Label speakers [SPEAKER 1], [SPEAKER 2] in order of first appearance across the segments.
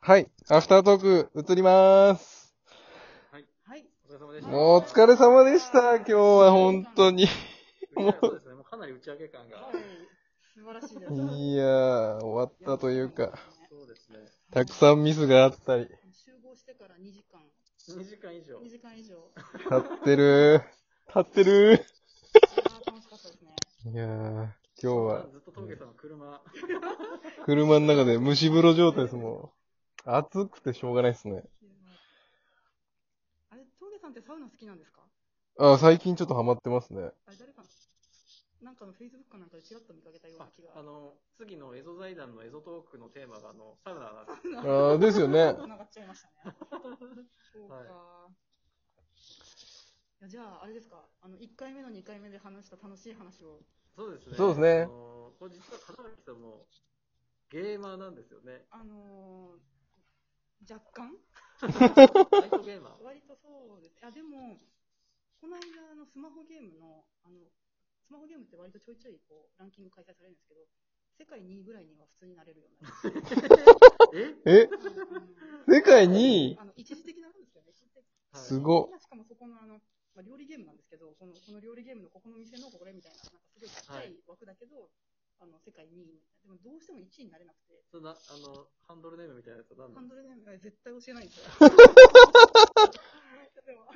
[SPEAKER 1] はい。アフタートーク、移りまーす。
[SPEAKER 2] はい。
[SPEAKER 3] お疲れ様でした。
[SPEAKER 1] もうお疲れ様でした。今日は本当に。
[SPEAKER 3] もうそうですね。もうかなり打ち上げ感が
[SPEAKER 2] は。い。素晴らしいです。
[SPEAKER 1] いやー、終わったというか、
[SPEAKER 3] そうですね。
[SPEAKER 1] たくさんミスがあったり、
[SPEAKER 2] 集合してから2時間、
[SPEAKER 3] 2時間以上。
[SPEAKER 2] 2時間 以上。い
[SPEAKER 1] 立ってるー。立ってる
[SPEAKER 2] やー楽しかったですね。
[SPEAKER 1] ー。いやー、今日は
[SPEAKER 3] ずっと峠さんの車、
[SPEAKER 1] 車の中で蒸し風呂状態ですもん。暑くてしょうがないですね。
[SPEAKER 2] あれ、峠さんってサウナ好きなんですか
[SPEAKER 1] あ、最近ちょっとハマってますね。
[SPEAKER 2] あれ、誰かなんかの Facebook かなんかでちらっと見かけたような
[SPEAKER 3] あ
[SPEAKER 2] 気
[SPEAKER 3] あ
[SPEAKER 2] が。
[SPEAKER 3] の、次のエゾ財団のエゾトークのテーマが、あの、サウナなんです。
[SPEAKER 1] あー、ですよね。
[SPEAKER 2] 繋がっちゃいました ね。そうか、
[SPEAKER 3] はい
[SPEAKER 2] いや。じゃあ、あれですか、あの1回目の2回目で話した楽しい話を。
[SPEAKER 3] そうですね。
[SPEAKER 1] そうですね
[SPEAKER 3] あのこれ実は片脇さんも、ゲーマーなんですよね。
[SPEAKER 2] あのー、若干
[SPEAKER 3] ナイトゲーマー。
[SPEAKER 2] 割とそうです。あでも、この間のスマホゲームの、あの、スマホゲームって割とちょいちょいこうランキング開催されるんですけど、世界2位ぐらいには普通になれるように なりました
[SPEAKER 3] え
[SPEAKER 1] え
[SPEAKER 2] うん
[SPEAKER 1] 世界に、
[SPEAKER 2] あの一時的なんですよね。一時的
[SPEAKER 1] す
[SPEAKER 3] い。
[SPEAKER 1] ごっ。
[SPEAKER 2] 今しかもそこのあの、まあ、料理ゲームなんですけど、このこの料理ゲームのここの店のこれみたいな、なんかすごいちっちゃい枠だけど、あの世界2位みたいな。でもどうしても1位になれなくて、
[SPEAKER 3] そんな、あの、ハンドルネームみたいなやつは何
[SPEAKER 2] ハ
[SPEAKER 3] な
[SPEAKER 2] ン
[SPEAKER 3] の
[SPEAKER 2] ドルネームが絶対教えないんですよ。 でも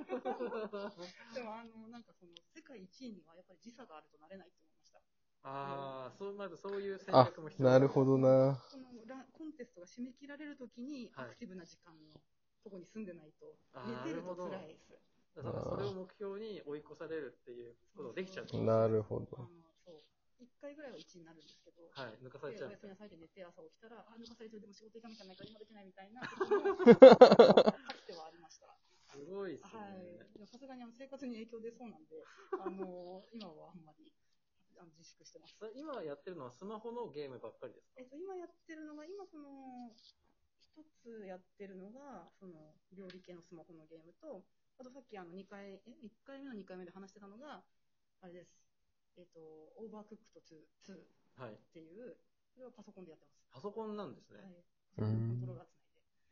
[SPEAKER 2] でもあのなんかその世界一位にはやっぱり時差があるとなれないと思いました。
[SPEAKER 3] ああ、そう、まずそういう戦
[SPEAKER 1] あ
[SPEAKER 3] 略も、必要
[SPEAKER 1] なるほどな。
[SPEAKER 2] このラコンテストが締め切られるときに
[SPEAKER 3] は
[SPEAKER 2] ア
[SPEAKER 3] い
[SPEAKER 2] クティブな時間のとこに住んでないと
[SPEAKER 3] あー
[SPEAKER 2] 寝てると辛
[SPEAKER 3] なるほど
[SPEAKER 2] いです。
[SPEAKER 3] だからそれを目標に追い越されるっていうことができちゃうってことですね
[SPEAKER 1] なるほ
[SPEAKER 2] あ
[SPEAKER 1] ど。
[SPEAKER 2] のそう一回ぐらいは一位になるんですけど。
[SPEAKER 3] はい、抜かされ
[SPEAKER 2] で
[SPEAKER 3] ちゃ
[SPEAKER 2] お
[SPEAKER 3] う
[SPEAKER 2] や。すみなさいで寝て朝起きたら、あ、抜かされてるでも仕事行かなきゃいけないから今できないみたいなことも、かつてはありました。
[SPEAKER 3] すごいっすね。
[SPEAKER 2] はい。でもさすがにあの生活に影響出そうなんで、あの今はあんまりあの自粛してます。
[SPEAKER 3] さ今やってるのはスマホのゲームばっかりですか
[SPEAKER 2] えっと、今やってるのが、今その、一つやってるのが、その、料理系のスマホのゲームと、あとさっきあの、二回、え、一回目の二回目で話してたのが、あれです。えっと、オーバークックと2、2っ
[SPEAKER 3] はい。
[SPEAKER 2] ていう、それはパソコンでやってます。
[SPEAKER 3] パソコンなんですね。
[SPEAKER 2] はい。
[SPEAKER 1] うーん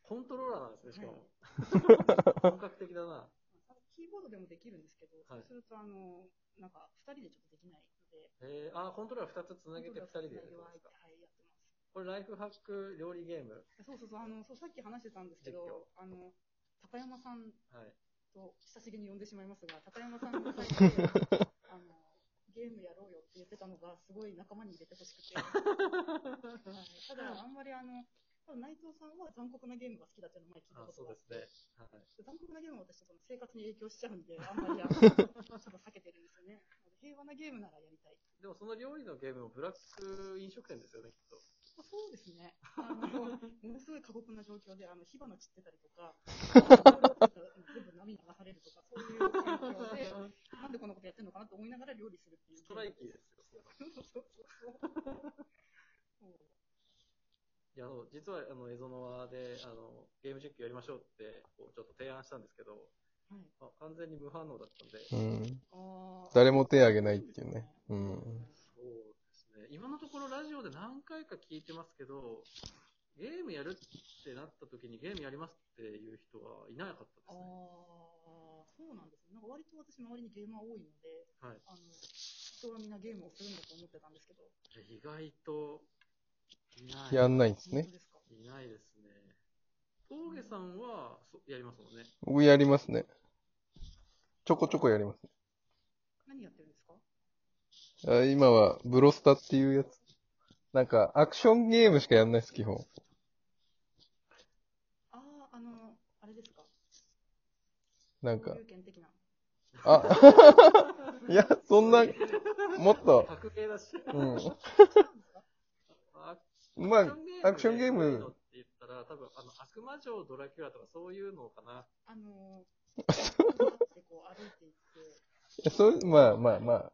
[SPEAKER 2] コントローラーつないで。
[SPEAKER 3] コントローラーなんですね、しかも。 本格的だな。
[SPEAKER 2] あキーボードでもできるんですけど、
[SPEAKER 3] はい
[SPEAKER 2] そうするとあの、なんか、二人でちょっとできないので、
[SPEAKER 3] えー、あー、コントローラー2つつなげて2人でや
[SPEAKER 2] や
[SPEAKER 3] る
[SPEAKER 2] る
[SPEAKER 3] ん
[SPEAKER 2] は
[SPEAKER 3] ですか。
[SPEAKER 2] い、やってます。
[SPEAKER 3] これ、ライフハック料理ゲーム。
[SPEAKER 2] そうそうそう、あの、そう、さっき話してたんですけ
[SPEAKER 3] 実況
[SPEAKER 2] ど、あの、高山さん
[SPEAKER 3] はい。
[SPEAKER 2] と親しげに呼んでしまいますが、高山さんが最初 であのゲームやろうよって言ってたのが、すごい仲間に入れてほしくて、 はい、ただ、あんまりあの、多分内藤さんは残酷なゲームが好きだっていうのを前聞いた
[SPEAKER 3] あ
[SPEAKER 2] こ
[SPEAKER 3] そ
[SPEAKER 2] と
[SPEAKER 3] う
[SPEAKER 2] があ
[SPEAKER 3] で
[SPEAKER 2] っ
[SPEAKER 3] す
[SPEAKER 2] て、
[SPEAKER 3] ね。はい。
[SPEAKER 2] 残酷なゲームは私、ちょっと生活に影響しちゃうんで、あんま りあのちょっと避けてるんですよね。平和なゲームならやりたい。
[SPEAKER 3] でも、その料理のゲームもブラック飲食店ですよね、きっと。
[SPEAKER 2] まあそうですね。あの、ものすごい過酷な状況で、あの、火花散ってたりと か、全部波流されるとか、そういう状況で、なんでこんなことやってるのかなと思いながら料理するっていう。
[SPEAKER 3] ストライキーですよ。
[SPEAKER 2] そうそうそうそう。
[SPEAKER 3] いや、あの、実は、あの、エゾノアで、あの、ゲーム実況やりましょうって、こう、ちょっと提案したんですけど、
[SPEAKER 2] はい。
[SPEAKER 3] あ完全に無反応だったんで、
[SPEAKER 1] うん。
[SPEAKER 2] あー
[SPEAKER 1] 誰も手挙げないっていうね。うん。
[SPEAKER 3] そうですね。今のところラジオで何回か聞いてますけど、ゲームやるってなった時にゲームやりますっていう人はいなかったで
[SPEAKER 2] あー、
[SPEAKER 3] すね。
[SPEAKER 2] そうなんですね。なんか割と私周りにゲーマー多いので、
[SPEAKER 3] はい
[SPEAKER 2] あの、人はみんなゲームをするんだと思ってたんですけど。
[SPEAKER 3] 意外と、いない。
[SPEAKER 1] やんないです
[SPEAKER 2] 本
[SPEAKER 1] ね
[SPEAKER 2] 当。ですか
[SPEAKER 3] いないですね。峠さんは、そやりますもんね。
[SPEAKER 1] 僕やりますね。ちょこちょこやります。
[SPEAKER 2] 何やってるんですか
[SPEAKER 1] あ今は、ブロスタっていうやつ。なんか、アクションゲームしかやんないです、基本。
[SPEAKER 2] ああ、あの、あれですか
[SPEAKER 1] なんか
[SPEAKER 2] 交、流券的な。
[SPEAKER 1] あ、 いや、そんな、もっと、
[SPEAKER 3] 格ゲーだし。
[SPEAKER 1] う
[SPEAKER 3] あ
[SPEAKER 1] ん。まあ、アクションゲーム
[SPEAKER 3] でいいのって言ったら、多分、あの、悪魔城ドラキュラとかそういうのかな。
[SPEAKER 2] あのー、ってこう歩いていって、
[SPEAKER 1] そう、まあまあまあ。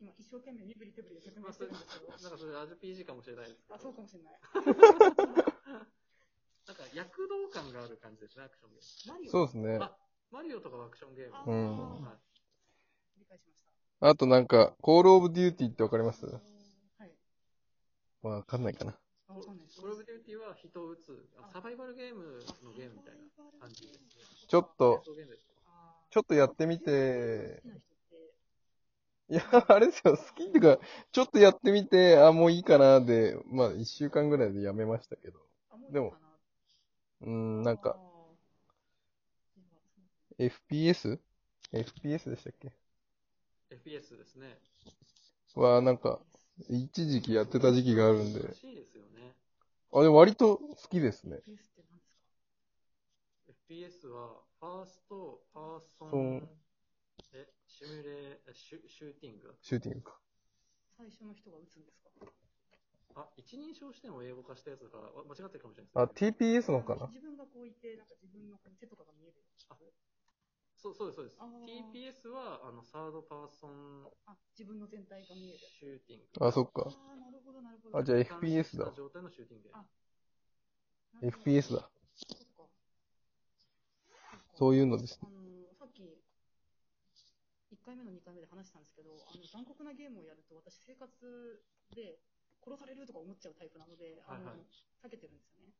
[SPEAKER 2] 今一生懸命身振り手振りで説
[SPEAKER 3] ま
[SPEAKER 2] 明
[SPEAKER 3] あ、
[SPEAKER 2] し
[SPEAKER 3] それ
[SPEAKER 2] てるん
[SPEAKER 3] なん
[SPEAKER 2] ですけど、
[SPEAKER 3] かそれ RPG かもしれないですけ
[SPEAKER 2] あ、そ
[SPEAKER 3] ど
[SPEAKER 2] う。かもしれない。
[SPEAKER 3] なんか躍動感がある感じですね、アクションゲーム。
[SPEAKER 2] マリオ
[SPEAKER 1] そうですね。
[SPEAKER 3] あ、マリオとかはアクションゲーム。
[SPEAKER 2] あ
[SPEAKER 1] う
[SPEAKER 2] ー
[SPEAKER 1] ん
[SPEAKER 3] はい
[SPEAKER 2] 理解しました。
[SPEAKER 1] あとなんか、コールオブデューティーってわかります
[SPEAKER 2] あのーはい。
[SPEAKER 1] わかんないかな。
[SPEAKER 2] ああわかんないです。
[SPEAKER 3] コールオブデューティは人を撃つ、あ
[SPEAKER 2] あ
[SPEAKER 3] サバイバルゲーム
[SPEAKER 2] あ
[SPEAKER 3] のゲームみたいな。感じですね
[SPEAKER 1] ちょっと、
[SPEAKER 3] そうゲームです
[SPEAKER 2] あー
[SPEAKER 1] ちょっとやってみて
[SPEAKER 2] 好き、な人って
[SPEAKER 1] いや、あれですよ、好きっていうか、ちょっとやってみて、あ、もういいかなで、まあ、一週間ぐらいでやめましたけど。
[SPEAKER 2] あもういい
[SPEAKER 1] でも
[SPEAKER 2] かな
[SPEAKER 1] うん、なんか、
[SPEAKER 2] あーでもそう
[SPEAKER 1] FPS?FPS でしたっけ
[SPEAKER 3] FPS ですね。
[SPEAKER 1] は、なんか、一時期やってた時期があるんで
[SPEAKER 3] 楽。しいですよね。
[SPEAKER 1] あ、でも割と好きですね。
[SPEAKER 2] FPS って何ですか
[SPEAKER 3] FPS は、ファースト、パーソ
[SPEAKER 1] そ
[SPEAKER 3] ン
[SPEAKER 1] う、
[SPEAKER 3] え、シミュレー、シュシューティングだ
[SPEAKER 1] シューティングか。
[SPEAKER 2] 最初の人が打つんですか
[SPEAKER 3] あ、一人称視点を英語化したやつだから、わ間違ってるかもしれないです、
[SPEAKER 1] あ、TPS のか
[SPEAKER 2] あ
[SPEAKER 1] な
[SPEAKER 2] 自分がこういて、なんか自分のこの手とかが見える。
[SPEAKER 3] そうそうです、そうです
[SPEAKER 2] あ。ー
[SPEAKER 3] TPS は、あの、サードパーソン
[SPEAKER 2] あ、自分の全体が見える。
[SPEAKER 3] シューティング。
[SPEAKER 1] あ、そっ
[SPEAKER 2] あ
[SPEAKER 1] か。
[SPEAKER 2] あ、なるほど、なるほど。
[SPEAKER 1] あ、じゃあ
[SPEAKER 3] 俯瞰
[SPEAKER 1] FPS
[SPEAKER 3] した
[SPEAKER 1] だ。
[SPEAKER 3] 状態のシューティングゲーム
[SPEAKER 2] あ
[SPEAKER 1] FPS だ。
[SPEAKER 2] そっか。
[SPEAKER 1] そう
[SPEAKER 2] う
[SPEAKER 1] いうのです。
[SPEAKER 2] あの、さっき、1回目の2回目で話したんですけど、あの残酷なゲームをやると、私、生活で殺されるとか思っちゃうタイプなので、あの
[SPEAKER 3] はいはい、
[SPEAKER 2] 避けてるんですよね。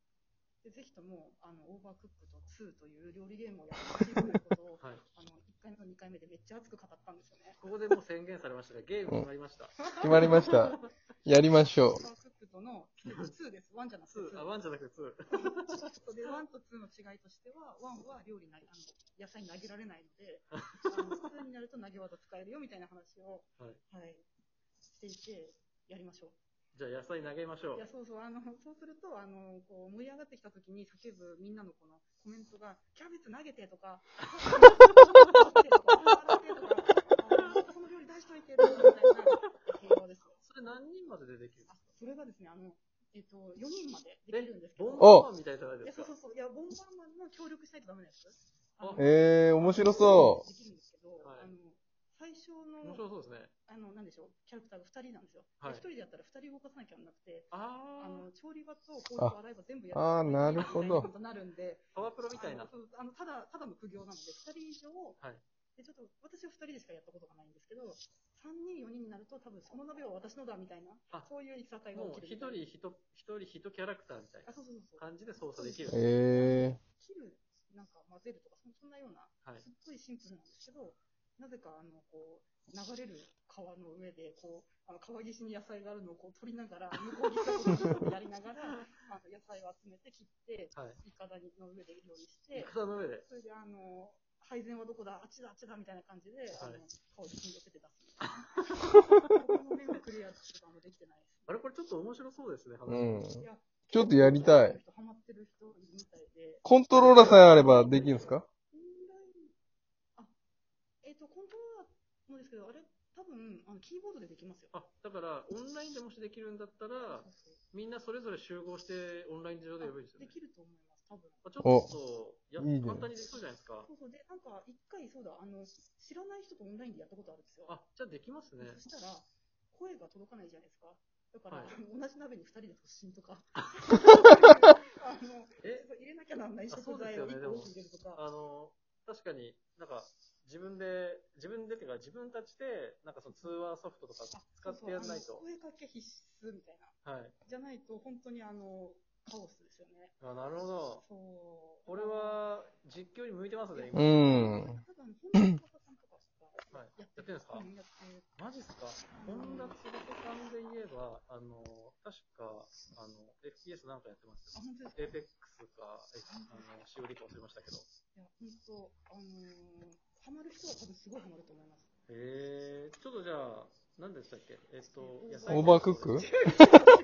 [SPEAKER 2] でぜひともあの、オーバークックと2という料理ゲームをやってほしいということ を
[SPEAKER 3] はい。
[SPEAKER 2] あの1回目と2回目でめっちゃ熱く語ったんですよね。
[SPEAKER 3] ここでもう宣言されましたが、ゲーム決まりました。
[SPEAKER 1] 決まりました。やりましょ
[SPEAKER 2] オーバークックとの2です。1じゃなくて
[SPEAKER 3] 2、あ、1じゃなくて2。
[SPEAKER 2] そうで、ワンとツーの違いとしては、ワンは料理なあの野菜に投げられないので、あ のツーになると投げ技使えるよみたいな話を、
[SPEAKER 3] は
[SPEAKER 2] していて、やりましょ
[SPEAKER 3] じゃあ、野菜投げましょ
[SPEAKER 2] う。いうや、。そうそう、あの、そうすると、あの、こう、盛り上がってきた時に叫ぶみんなのこのコメントが、キャベツ投げて とか、あー投げてとかあーその料理出しといてとかみたいな平和です。
[SPEAKER 3] それ何人まででできるんです
[SPEAKER 2] あ
[SPEAKER 3] か
[SPEAKER 2] それがですね、あの、えっと、4人までできるんですけ
[SPEAKER 3] ボ
[SPEAKER 2] ど、
[SPEAKER 3] ン
[SPEAKER 1] お
[SPEAKER 3] バーマンみたいじゃない
[SPEAKER 2] い
[SPEAKER 3] で
[SPEAKER 2] や、
[SPEAKER 3] す
[SPEAKER 2] そう
[SPEAKER 3] か
[SPEAKER 2] そ。うそう。いや、ボンバーマンも協力しないとダメなやつ。あの
[SPEAKER 1] う。えー、面白そ
[SPEAKER 2] できるんですけど、
[SPEAKER 3] はい
[SPEAKER 2] あの、最初
[SPEAKER 3] 面
[SPEAKER 2] の、
[SPEAKER 3] 白そうですね。
[SPEAKER 2] あの、なんでしょう、キャラクターが二人なんですよ。
[SPEAKER 3] はい
[SPEAKER 2] で一人でやったら二人動かさなきゃならなくて、あ
[SPEAKER 3] あ
[SPEAKER 2] の、調理場と包
[SPEAKER 1] あ
[SPEAKER 2] 丁洗い場全部や
[SPEAKER 1] う。あー、なるほ
[SPEAKER 2] みたいなこ
[SPEAKER 1] ど。
[SPEAKER 2] とになるんで、
[SPEAKER 3] ー、パワープロみたい
[SPEAKER 2] あ
[SPEAKER 3] な
[SPEAKER 2] の。そうあの、ただ、ただの苦行なので、二人以上、
[SPEAKER 3] はい
[SPEAKER 2] で、ちょっと、私は二人でしかやったことがないんですけど、三人、四人になると、多分その鍋は私のだ、みたいな
[SPEAKER 3] あ、
[SPEAKER 2] そういう戦いが
[SPEAKER 3] もう
[SPEAKER 2] 起き
[SPEAKER 3] 一
[SPEAKER 2] るみた
[SPEAKER 3] 人
[SPEAKER 2] いな。
[SPEAKER 3] 一、一人一キャラクターみたい
[SPEAKER 2] あ、そうそうそう
[SPEAKER 3] な
[SPEAKER 2] そう。
[SPEAKER 3] 感じで操作できる。
[SPEAKER 1] え
[SPEAKER 2] 切る、なんか混ぜるとか、そそんなような、
[SPEAKER 3] はい
[SPEAKER 2] すっごいシンプルなんですけど、なぜかあのこう流れる川の上でこうあの川岸に野菜があるのをこう取りながら、向こう岸をやりながら、 あの野菜を集めて切って、
[SPEAKER 3] はい。
[SPEAKER 2] いかだの上で料理し
[SPEAKER 3] イ
[SPEAKER 2] て、
[SPEAKER 3] カの上で。
[SPEAKER 2] それであの配膳はどこだ、あっちだ、あっちだみたいな感じで、あの川岸に寄せて出 すみたいな。この面をクリアとかもできてないですね。
[SPEAKER 3] あれ、これちょっと面白そうですね、話。
[SPEAKER 1] ー、うん。
[SPEAKER 2] いや
[SPEAKER 1] ちょっとやりたい。
[SPEAKER 2] ハマってる人いるみたいで。
[SPEAKER 1] コントローラーさえあればできるんですか
[SPEAKER 2] オンライン、あ、えっ、と、コントローラーもですけど、あれ、多分、あの、キーボードでできますよ。
[SPEAKER 3] あ、だから、オンラインでもしできるんだったら、
[SPEAKER 2] そうそう
[SPEAKER 3] みんなそれぞれ集合して、オンライン上でやればいいですよ
[SPEAKER 2] で
[SPEAKER 3] ね。
[SPEAKER 2] きると思います、多分。
[SPEAKER 3] あちょっと、いや、
[SPEAKER 1] いいね
[SPEAKER 3] 簡単にできそうじゃないですか
[SPEAKER 2] そ。うそう、で、なんか、一回、そうだ、あの、知らない人とオンラインでやったことあるんですよ。
[SPEAKER 3] あ、じゃあできますね。
[SPEAKER 2] そしたら、声が届かないじゃないですか。だから、
[SPEAKER 3] はい
[SPEAKER 2] 同じ鍋に二人で突進 とか。あの、
[SPEAKER 3] え、
[SPEAKER 2] 入れなきゃなんない
[SPEAKER 3] あ
[SPEAKER 2] 食材を一
[SPEAKER 3] そうですよねで
[SPEAKER 2] 個
[SPEAKER 3] も
[SPEAKER 2] 多く入れるとか。
[SPEAKER 3] あの、確かになんか、自分で、自分でっていうか、自分たちで、なんかその通話ソフトとか使ってやらない
[SPEAKER 2] そう
[SPEAKER 3] と
[SPEAKER 2] そう。あの声かけ必須みたいな。
[SPEAKER 3] はい。
[SPEAKER 2] じゃないと、本当にあの、カオスですよね。
[SPEAKER 3] あ、なるほど。
[SPEAKER 2] そう。
[SPEAKER 3] これは、実況に向いてますね、今。
[SPEAKER 1] う
[SPEAKER 3] はい。
[SPEAKER 1] ん。
[SPEAKER 2] 多分、本田翼さんとかが
[SPEAKER 3] や
[SPEAKER 2] やっ
[SPEAKER 3] っててるんですか
[SPEAKER 2] うんやってる
[SPEAKER 3] マジっすか本田翼さんで言えば、あの、確か、あの、FPS なんかやってます
[SPEAKER 2] あ、
[SPEAKER 3] よ。
[SPEAKER 2] 本当ですか
[SPEAKER 3] エーペックスか、えあの、しおりか忘れましたけど。
[SPEAKER 2] いや、本当、あのー、ハマる人は多分すごいハマると思います。
[SPEAKER 3] えー、ちょっとじゃあ、何でしたっけえっと、
[SPEAKER 1] オーバークッ ク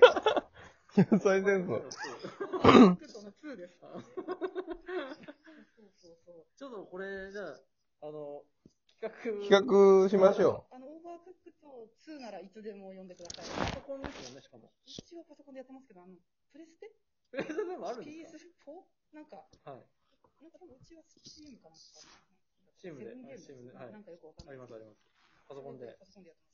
[SPEAKER 1] 野菜戦争。
[SPEAKER 3] ち
[SPEAKER 2] ちょっとあの、2です。そうそうそう。
[SPEAKER 3] ょっとこれ、じゃあ、あの、企画。
[SPEAKER 1] 企画しましょ
[SPEAKER 2] あの、オーバークックと2ならいつでも呼んでください。
[SPEAKER 3] パソコンですよね、しかも。
[SPEAKER 2] 一応パソコンでやってますけど、あの、プレステ
[SPEAKER 3] プレゼンでもあるんです
[SPEAKER 2] ?PS4? なんか、
[SPEAKER 3] かはい。
[SPEAKER 2] なんか多分うちはスチームかなんか。
[SPEAKER 3] チームで
[SPEAKER 2] セブンゲーム
[SPEAKER 3] チームで
[SPEAKER 2] か
[SPEAKER 3] はい
[SPEAKER 2] なんかよくわかん
[SPEAKER 3] あ
[SPEAKER 2] ない。
[SPEAKER 3] ります、あります。パソコンで。
[SPEAKER 2] パソコンでやってます。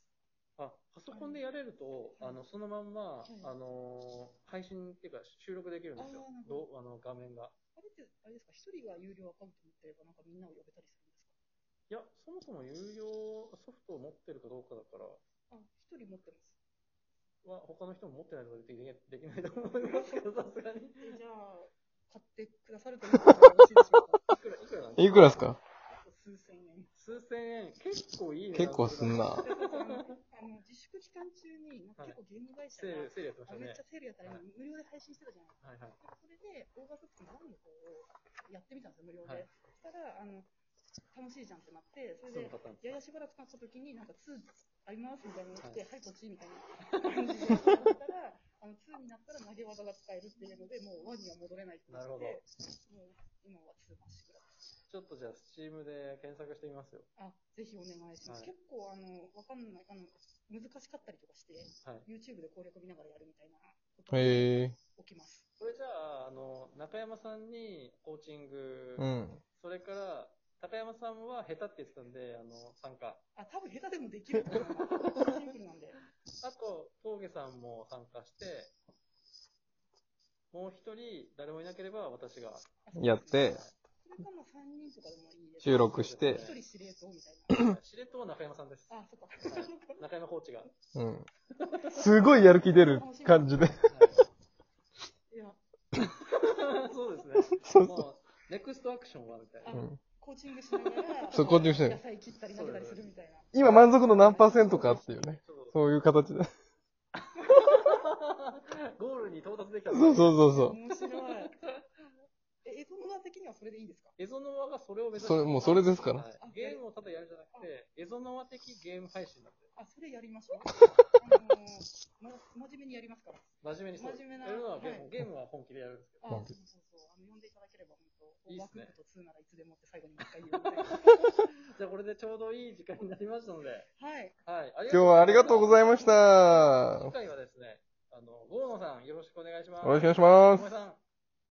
[SPEAKER 3] あ、パソコンでやれると、あ
[SPEAKER 2] はい
[SPEAKER 3] の、そのまんま、
[SPEAKER 2] い
[SPEAKER 3] あのー、配信っていうか収録できるんですよ
[SPEAKER 2] あーなる。
[SPEAKER 3] どう
[SPEAKER 2] ほ
[SPEAKER 3] あの、画面が。
[SPEAKER 2] あれって、あれですか、一人が有料アカウント持ってれば、なんかみんなを呼べたりするんで
[SPEAKER 3] い
[SPEAKER 2] す
[SPEAKER 3] や、そもそも有料ソフトを持ってるかどうかだから、
[SPEAKER 2] かあ、一人持ってます。
[SPEAKER 3] は他の人も持ってないのでできないできないと思いますけど、さすがに。
[SPEAKER 2] えじゃあ、買ってくださると思ったらよろしいで しょうか。
[SPEAKER 3] いくら、いくらなんですか
[SPEAKER 1] いくらですか
[SPEAKER 2] 数千円。
[SPEAKER 3] 数千円。結構いいね。
[SPEAKER 1] 結構すんな。
[SPEAKER 2] あの自粛期間中に、なんか結構ゲーム会社
[SPEAKER 3] セー
[SPEAKER 2] が
[SPEAKER 3] ル、、セールやってまし
[SPEAKER 2] あ
[SPEAKER 3] た
[SPEAKER 2] め
[SPEAKER 3] ね
[SPEAKER 2] っちゃ。セールやったら今無料で配信してたじゃないですか。
[SPEAKER 3] はいはい。
[SPEAKER 2] それで、オーバークックの何個をやってみたんですよ、無料
[SPEAKER 3] は
[SPEAKER 2] で。
[SPEAKER 3] い
[SPEAKER 2] そしたら、あの、楽しいじゃんってなって、それ
[SPEAKER 3] その
[SPEAKER 2] で、
[SPEAKER 3] パターン。
[SPEAKER 2] ややしばらく経った時に、なんか2ありますみたいなのが来て、
[SPEAKER 3] は
[SPEAKER 2] はい、こっちみたいな感 じでやったら、あの2になったら投げ技が使えるっていうので、もう1には戻れないってなって、
[SPEAKER 3] なるほ
[SPEAKER 2] も
[SPEAKER 3] ど
[SPEAKER 2] う今は2まっしぐらいです。
[SPEAKER 3] ちょっとじゃあ、スチームで検索してみますよ。
[SPEAKER 2] あ、ぜひお願いしま
[SPEAKER 3] は
[SPEAKER 2] す。
[SPEAKER 3] い
[SPEAKER 2] 結構、あの、わかんない、あの、難しかったりとかして、
[SPEAKER 3] はい。
[SPEAKER 2] YouTube で攻略見ながらやるみたいなことが
[SPEAKER 1] へえ
[SPEAKER 2] 起きます。
[SPEAKER 3] それじゃあ、あの、中山さんにコーチング、
[SPEAKER 1] うん。
[SPEAKER 3] それから、高山さんは下手って言ってたんで、あの、参加。
[SPEAKER 2] あ、多分下手でもできると思います。シンプルなんで。
[SPEAKER 3] あと、峠さんも参加して、もう一人、誰もいなければ 私が。
[SPEAKER 1] やって、
[SPEAKER 2] それかも3人とかでもいいです。
[SPEAKER 1] 収録して、
[SPEAKER 2] 1人司令塔みたい
[SPEAKER 3] 司令塔は中山さんです。
[SPEAKER 2] な。あ、そっか。
[SPEAKER 3] 中山コーチが。はい
[SPEAKER 1] うん。すごいやる気出る感じで。
[SPEAKER 2] いや、
[SPEAKER 3] そうですね。
[SPEAKER 1] そうそう。
[SPEAKER 3] もう、ネクストアクションはみたいな。
[SPEAKER 1] うん
[SPEAKER 2] コーチングしながら、
[SPEAKER 1] そうコーチングしてる
[SPEAKER 2] 野菜切ったり投げたりするみたいな。
[SPEAKER 1] 今満足度何パーセントかっていうね。
[SPEAKER 3] そう
[SPEAKER 1] そういう形で。
[SPEAKER 3] ゴールに到達できた
[SPEAKER 1] そうそうそうそう。
[SPEAKER 2] 面白い。え、エトノナ的にはそれでいいですか
[SPEAKER 3] エゾノワがそれを目指して
[SPEAKER 1] それ、もうそれですから。
[SPEAKER 3] はいゲームをただやるじゃなくて、エゾノワ的ゲーム配信なんで。
[SPEAKER 2] あ、それやりま しょう。あのー、ま、真面目にやりますから。
[SPEAKER 3] 真面目にそう。
[SPEAKER 2] 真面目な
[SPEAKER 3] やるのはゲーム、
[SPEAKER 2] はい
[SPEAKER 3] ゲームは本気でやるんですけ
[SPEAKER 2] あ、
[SPEAKER 1] な
[SPEAKER 2] そ
[SPEAKER 1] ん
[SPEAKER 2] う
[SPEAKER 1] で
[SPEAKER 2] そうそう。あの、呼んでいただければ、本当
[SPEAKER 3] いいっ
[SPEAKER 2] ワ
[SPEAKER 3] す
[SPEAKER 2] ク
[SPEAKER 3] ね
[SPEAKER 2] ワクと2ならいつでもって最後に一回言うみたいな。
[SPEAKER 3] ど。じゃあこれでちょうどいい時間になりましたので、
[SPEAKER 2] はい。
[SPEAKER 3] はい。
[SPEAKER 1] 今日はありがとうございました。
[SPEAKER 3] 今
[SPEAKER 1] よ
[SPEAKER 3] 回はですね、あの、ゴーノさん、よろしくお願いします。
[SPEAKER 1] ろしくお願いします
[SPEAKER 3] 桃井。さん、